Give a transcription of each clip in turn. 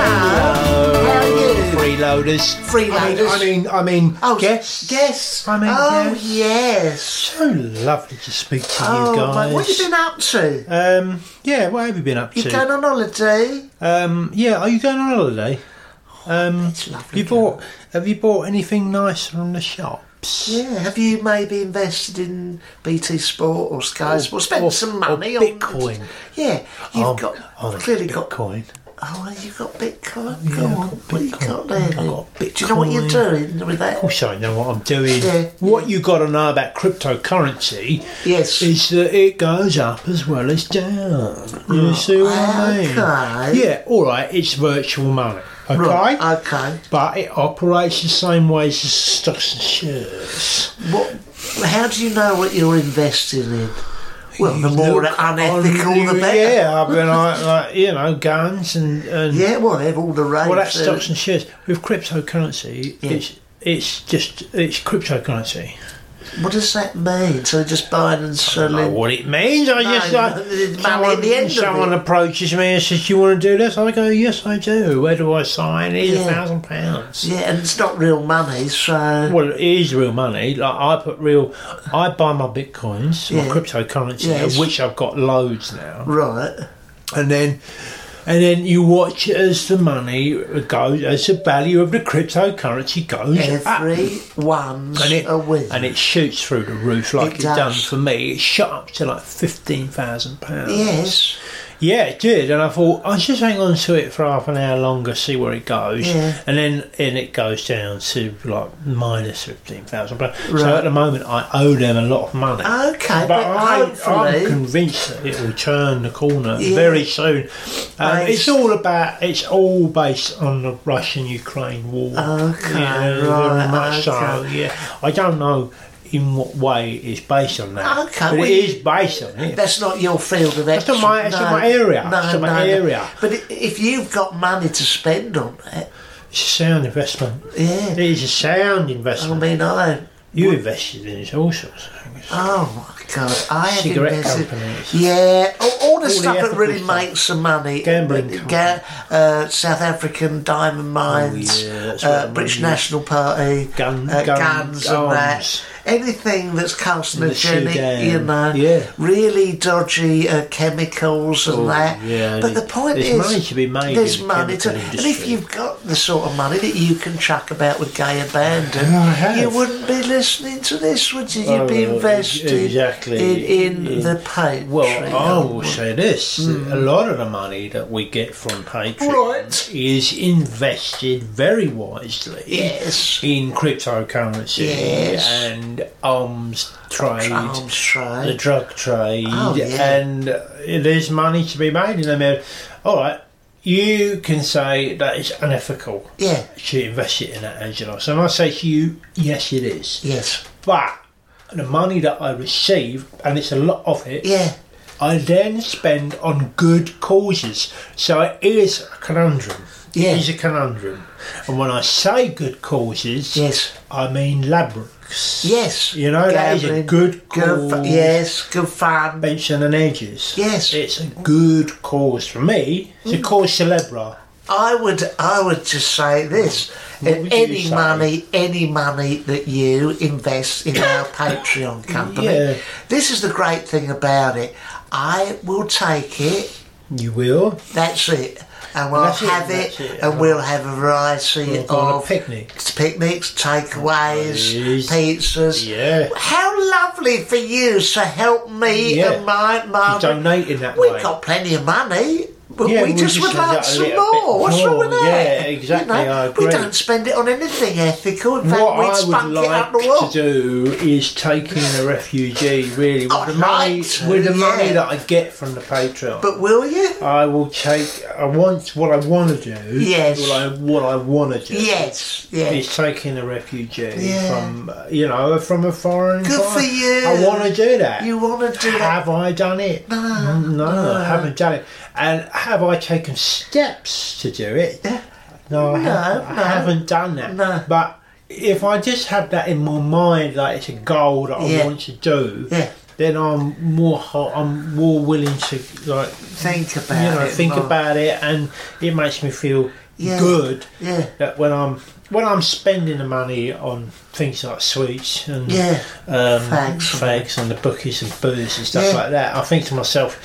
Oh. Freeloaders. Freeloaders. I mean, I mean, I mean Oh, guests. guests. I mean, oh yeah. yes. So lovely to speak to Oh, you guys. mate, what have you been up to? Um, yeah, what have you been up You to? going on holiday? um, yeah, are you going on holiday? Um, It's lovely. you bought? Have you bought anything nice from the shops? Yeah. Have you maybe invested in BT Sport or Sky Sport? Spent or- some or money on Oh, Bitcoin. Yeah. You've I've- got I've clearly got. Oh, Bitcoin. Oh, well, you've got Bitcoin. Yeah, Go I've on. got What you Bitcoin. got there? I've then? got Do you know what you're Bitcoin. Oh, doing with that? Of course, I know what I'm doing. Yeah. What you got to know about cryptocurrency Yes. is that it goes up as well as down. You see what I mean? Oh, Okay. Yeah, all right. It's virtual money. Okay. Right. Okay. But it operates the same way as the stocks and shares. What? How do you know what you're investing in? Well, the You more look unethical, on- the better. Yeah, I mean, like, like you know, guns and and Yeah, whatever, all the rage. well, that's uh, stocks and shares. With cryptocurrency, it's it's just it's cryptocurrency. What does that mean? So just buying and know selling. what it means. I just No, like it's money someone, at the end of someone it. approaches me and says, "Do you want to do this?" I go, "Yes, I do." Where do I sign? It's a Yeah. thousand pounds. Yeah, and it's not real money, so Well, it is real money. Like I put real, I buy my bitcoins, my Yeah. cryptocurrency, Yes. of which I've got loads now, right. and then. And then you watch it as the money goes, as the value of the cryptocurrency goes up. Every one's ah. and it a winner. and it shoots through the roof like It it, done does. for me. It shot up to like fifteen thousand pounds. yes, Yeah, it did, and I thought I will just hang on to it for half an hour longer, see where it goes, Yeah. and then and it goes down to like minus fifteen thousand pounds. So Right. at the moment, I owe them a lot of money. Okay, but I'm hopefully- convinced that it will turn the corner Yeah. very soon. Um, Based- it's all about it's all based on the Russian-Ukraine war. Okay, yeah, right, very much so. okay. Yeah, I don't know. In what way it's based on that? Okay, but well, it you- is based on it. that's not your field of That's action. not my- that's not my area. No, That's not my no, no. area. But i- if you've got money to spend on that, It's a sound investment. It yeah. is a sound I investment. mean, I don't. you invested in it, all sorts of things. Oh my god! I have Cigarette invested. companies. Yeah, all, all the the stuff that ethical really stuff. makes some money. Gambling Oh, Uh, ga- uh, South African diamond mines, yeah, that's what I uh, mean, British yeah. National Party, Gun- uh, gun- guns, and guns. that. Anything that's carcinogenic, Sudan, you know, yeah. really dodgy uh, chemicals and Oh, that. yeah, but the- the point there's is, money to be made There's in the money to, chemical and if industry. you've got the sort of money that you can chuck about with gay abandon, Yeah, I have. you wouldn't be listening to this, would you? You'd be Well, invested Oh, exactly. in, in the Oh, Patreon. Mm. Well, oh, I will say this: a lot of the money that we get from Patreon Right. is invested very wisely. Yes. In cryptocurrency Yes. and arms trade, Arms trade. the drug trade, Oh, yeah. and uh, there's money to be made in them. All right, you can say that it's unethical. Yeah. To invest it in that, Angela. So I say to you, yes, it is. Yes. But the money that I receive, and it's a lot of it, Yeah. I then spend on good causes. So it is a conundrum. Yeah. It is a conundrum. And when I say good causes, Yes. I mean labrooks. Yes. You know, that is a Gambling. good Good cause. fu- yes. Good fun. Bench and an edges. Yes. Mm. It's a good cause for me. It's a cause celebre. I would, I would just say this: What would you any say? money, any money that you invest in our Patreon company, Yeah. this is the great thing about it. I will take it. You will. That's it. And we'll That's it, have it, that's it. and we'll have a variety We'll go on a of picnic. picnics, takeaways, Yes. pizzas. Yeah. How lovely for you to help me Yeah. and my mum. You're donating that We've way. got plenty of money. But Yeah, we, we just, just would have like that a some little bit more. What's wrong with more. that? Yeah, exactly, You know, I We agree. don't spend it on anything ethical. In fact, What we'd I would spunk it like up the wall. to do is take in a refugee, really, with I'd the money, like to, with the money yeah. that I get from the Patreon. But will you? I will take. I want what I want to do. Yes. What I, what I want to do. Yes, yes. Is taking a refugee Yeah. from uh, you know from a foreign. Good for environment. you. I want to do that. You wanna do that. Have I done it? No, no, I haven't done it. And have I taken steps to do it? No, I, No, haven't, no. I haven't done that. No. But if I just have that in my mind, like it's a goal that I Yeah. want to do, Yeah. then I'm more ho- I'm more willing to like Think about you know it. think more. about it, and it makes me feel Yeah. good. Yeah. That when I'm when I'm spending the money on things like sweets and Yeah. um, Fags. fags and the bookies and booze and stuff Yeah. like that, I think to myself.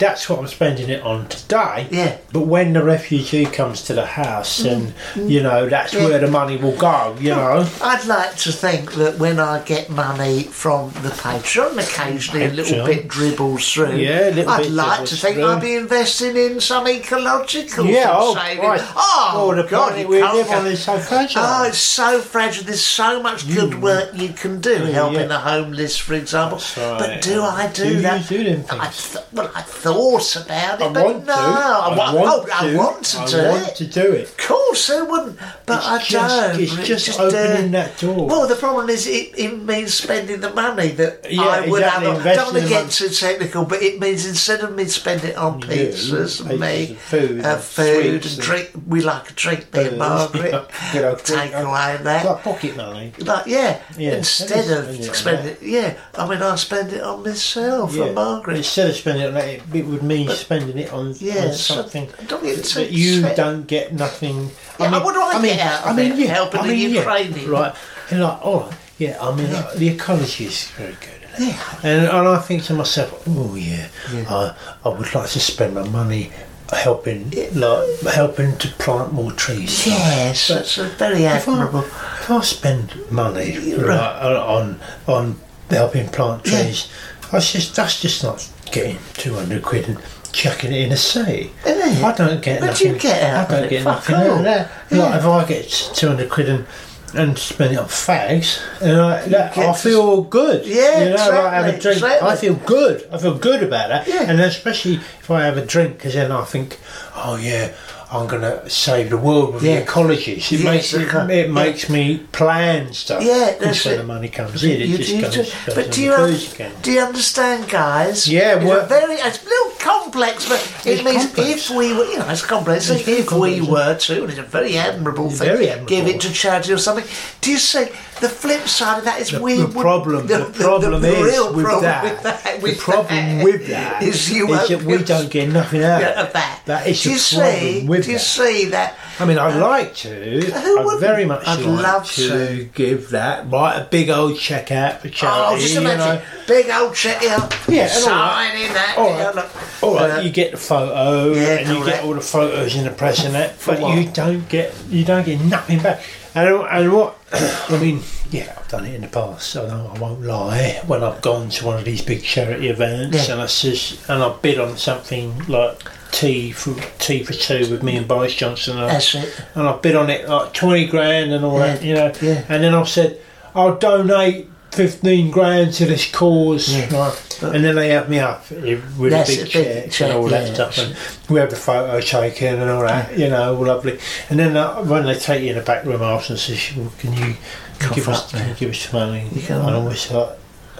That's what I'm spending it on today. Yeah. Mm, But when the refugee comes to the house, and you know that's where the money will go. Oh, You know. I'd like to think that when I get money from the Patreon, occasionally a little Patreon. bit dribbles through. Yeah, a little I'd bit like dribbles to think through. I'd be investing in some ecological Yeah. thing Oh, saving. Christ. Oh, Oh, the God, planet you we can't live go- on is so fragile. Oh, it's so fragile. There's so much good work you can do, helping yeah. the homeless, for example. That's right. But do I do, Do you that? do them I things? th- well, I thought about it, I but want no, to. I, wa- oh, I want to do I want it. to do it. Of course, who wouldn't? But It's I just- don't. it's just opening uh, that door. Well, the problem is it, it means spending the money that Yeah, I would exactly, have. I don't investing want the to get money. too technical, but it means instead of me spending it on pizzas and pizzas me, and food uh, and food sweets and and drink, we like a drink, me and Booze. Margaret, Good old take drink. uh, away that. It's like pocket money. But yeah, Yeah, instead that of is- that is spending, yeah, I mean, I spend it on myself Yeah. and Margaret. Instead of spending it on that, it, it would mean spending it on, Yeah, on so- something don't get too that you upset. don't get nothing. Yeah, what do I get out of it? Helping the yeah, Ukrainian. right? And like, all right, yeah. I mean, uh, the ecology is very good. isn't it? And, and I think to myself, oh yeah, I, I would like to spend my money helping, like helping to plant more trees. Yes, But that's a very if I, admirable. if I spend money right, on on helping plant Yeah. trees, that's just that's just not getting two hundred quid and chucking it in the sea. Isn't it? I don't get What do nothing. you get out I of don't it? get Fuck nothing all. out of that. Yeah. Like if I get two hundred quid and and spend it on fags, and I, that, get I to- feel good. Yeah, you know, if I have a exactly, drink. exactly. I feel good. I feel good about that. Yeah. And especially if I have a drink, because then I think, oh yeah, I'm gonna save the world with Yeah. the ecology. So it Yes, makes okay. it, it makes me plan stuff. Yeah, that's that's where it. the money comes in. It You- just you goes, do- goes but do on the you cruise un- again. do you understand, guys? Yeah, it's well- a very it's a little complex, but it It's means complex. if we were, you know, it's complex. It's very if we complex, yeah. were to, and it's a very admirable It's thing, very admirable. give it to charity or something. Do you see the flip side of that is The, we the would- problem, the, problem the is real with, problem that, with that, The with problem that with that is you is won't that we get- don't get nothing out yeah, of of that. That is do the you problem see? with do you that. see that? I mean, I'd like to. who I'd wouldn't? very much I'd like love to, to. give that right a big old check out for charity. Oh, just E, you know. imagine, big old check here, Yeah, and all right. signing that. All yeah, right. look. All right, Uh, you get the photo Yeah, and you correct. get all the photos in the press and that, but what? you don't get you don't get nothing back. And, and what I mean, yeah, I've done it in the past. So I won't lie. When I've gone to one of these big charity events Yeah. and I says and I bid on something like tea for tea for two with me and Boris Johnson. And I- That's it. and I bid on it like twenty grand and all Yeah, that, you know. yeah. And then I said, I'll donate fifteen grand to this cause, Yeah. right? And then they have me up with That's a a big big check and all check, that yeah. stuff, and we have the photo taken and all that, you know, all lovely. And then uh, when they take you in the back room after and says, well, "Can you Cough give up, us can you give us some money?" can. and I'm always like,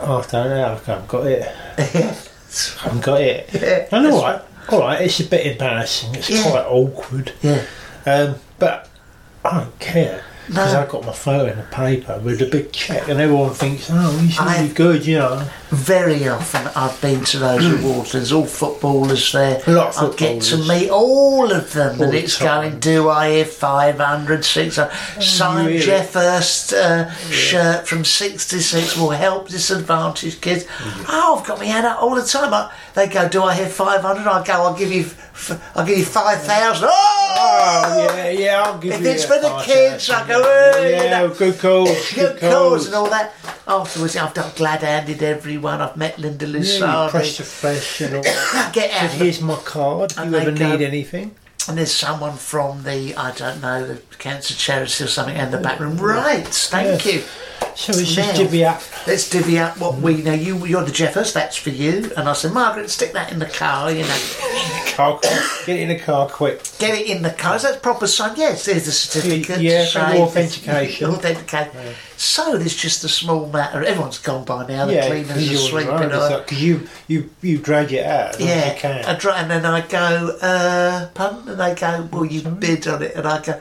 oh, "I don't know, I haven't got it, I haven't got it." Yeah, and that's all right, all right, it's a bit embarrassing. It's Yeah. quite awkward. Yeah. Um, but I don't care. because No. I got my photo in the paper with a big check, and everyone thinks, "Oh, he's really I- good," you know. Very often I've been to those awards. There's all footballers there. Hmm. A lot of I get to footballers. meet all of them, and the it's time. Oh, going. Do I have 500, 600? Sign really? Jeff Hurst's uh, shirt from '66 will help disadvantaged kids. Mm-hmm. Oh, I've got my hand up all the time. I, they go, "Do I have 500?" I go, "I'll give you, f- I'll give you 5,000. Oh yeah, yeah. I'll give If you it's a for the five kids, thousand. I go, "Hey," you Oh, yeah, know. good calls, Good good cause calls. and all that. Afterwards, I've done glad-handed everyone. I've met Linda Yeah, you Lissardi. press the flesh and all. that. Get out. um, Said, Here's my card. And you ever they go- need anything? And there's someone from the, I don't know, the cancer charity or something in the back room. Right, thank Yes. you. So it's Now- just divvy up. Mm-hmm. Let's divvy up what we know. You, you're the Jeffers, that's for you. And I said, Margaret, stick that in the car, you know. Car, get in the car quick. Get it in the car. Is that proper sign? Yes, there's a certificate. Yeah, to for say- authentication. authentication. So there's just a small matter. Everyone's gone by now. The cleaners are sweeping up. because you you you drag it out as yeah. Yeah, you can. I dra- and then I go, uh, pardon? And they go, well, you bid on it. And I go,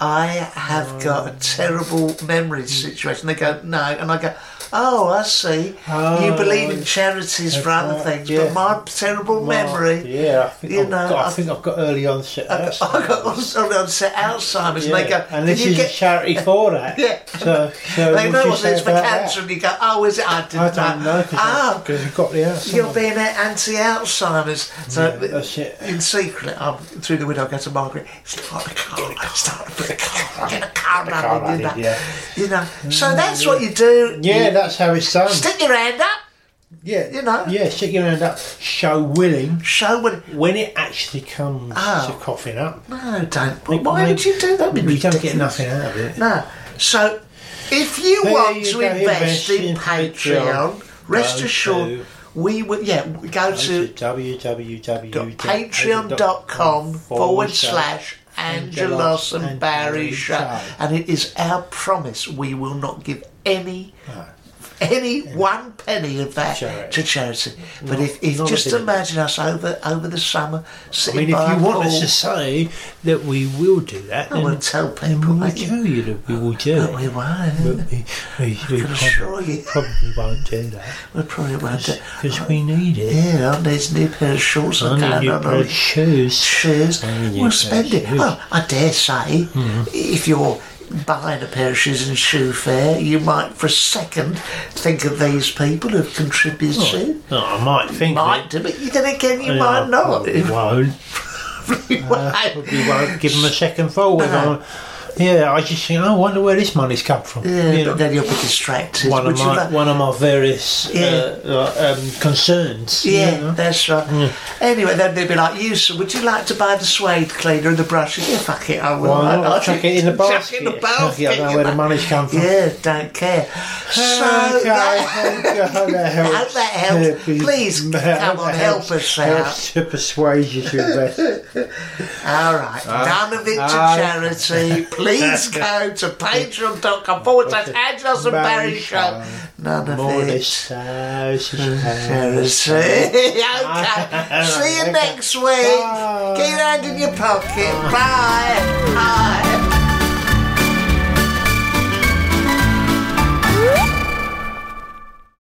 I Oh, have got a terrible memory Mm. situation. They go, no. And I go, oh, I see. you Oh, believe in charities for that's other right, things, yeah. but my terrible memory. Yeah, I think, you I've, know, got, I I've- think I've got early onset. I got, I got Alzheimer's. also onset Alzheimer's. yeah. And they go, and "Can this you is get-" a charity for that. Yeah. So, so They what know do you what say it is for about cancer, That? and you go, "Oh, is it? I didn't I don't know because Oh, I've got the outside. You're being anti-Alzheimer's. So Yeah, oh, that's it. in secret, I'm through the window. I go to Margaret. Start the car. Start the car. Get a car the car running. You know. running, yeah. Mm, You know. So that's what you do. yeah, You that's how it's done. stick your hand up. yeah, you know. Yeah, stick your hand up. Show willing Show what. when it actually comes Oh. to coughing up. No, don't. Why would you do that? That'd be You don't get ridiculous. nothing out of it. No. So, if you There want you to go, invest, invest in in Patreon, Patreon. rest Go assured, to- we will. Yeah, go to patreon.com www.patreon.com forward slash Angelos and Barry Show. And it is our promise we will not give any. Any one penny of that Charity. to charity, but if, if not a just bit of it. imagine us over over the summer I mean, sitting if you by a want us pool, to say that we will do that, I will then tell then people, we will I can- tell you that we will do we it. But won't. we, we, we can assure probably, you. probably won't do that We probably won't. do- because we need it. Yeah, I need a new pair of shorts. I I need a can't. I new pair don't know. of shoes. shoes. I need a new We'll pair spend of it. shoes. Well, I dare say, Mm-hmm. if you're buying a pair of shoes in shoe fair, you might for a second think of these people who've contributed. No, I might think Might that. do, but you- then again, you Yeah, might I not. probably won't. probably won't give them a second forward. No. Yeah, I just think, I wonder where this money's come from. yeah, You know. but then you'll be distracted. one would of you my like- one of my various uh, uh, um, concerns. you Yeah, know. that's right. Anyway, then they'd be like, "You, sir, would you like to buy the suede cleaner and the brushes?" Yeah, fuck it, I will. Why not? I- I- Chuck it in the Chuck it in the basket. Chuck basket. it, I don't know you where the know. money's come from. Yeah, don't care. So Okay, that- okay, that hope helps. that helps. Please, hope come that on, help us out. helps to persuade you to invest. all right, none of it to Ah. charity. Please go to patreon.com forward slash Angelos and Barry Show. None of More it. this sausage Uh, Charity. house. okay. See you next week. Bye. Get your hand in your pocket. Bye. Bye.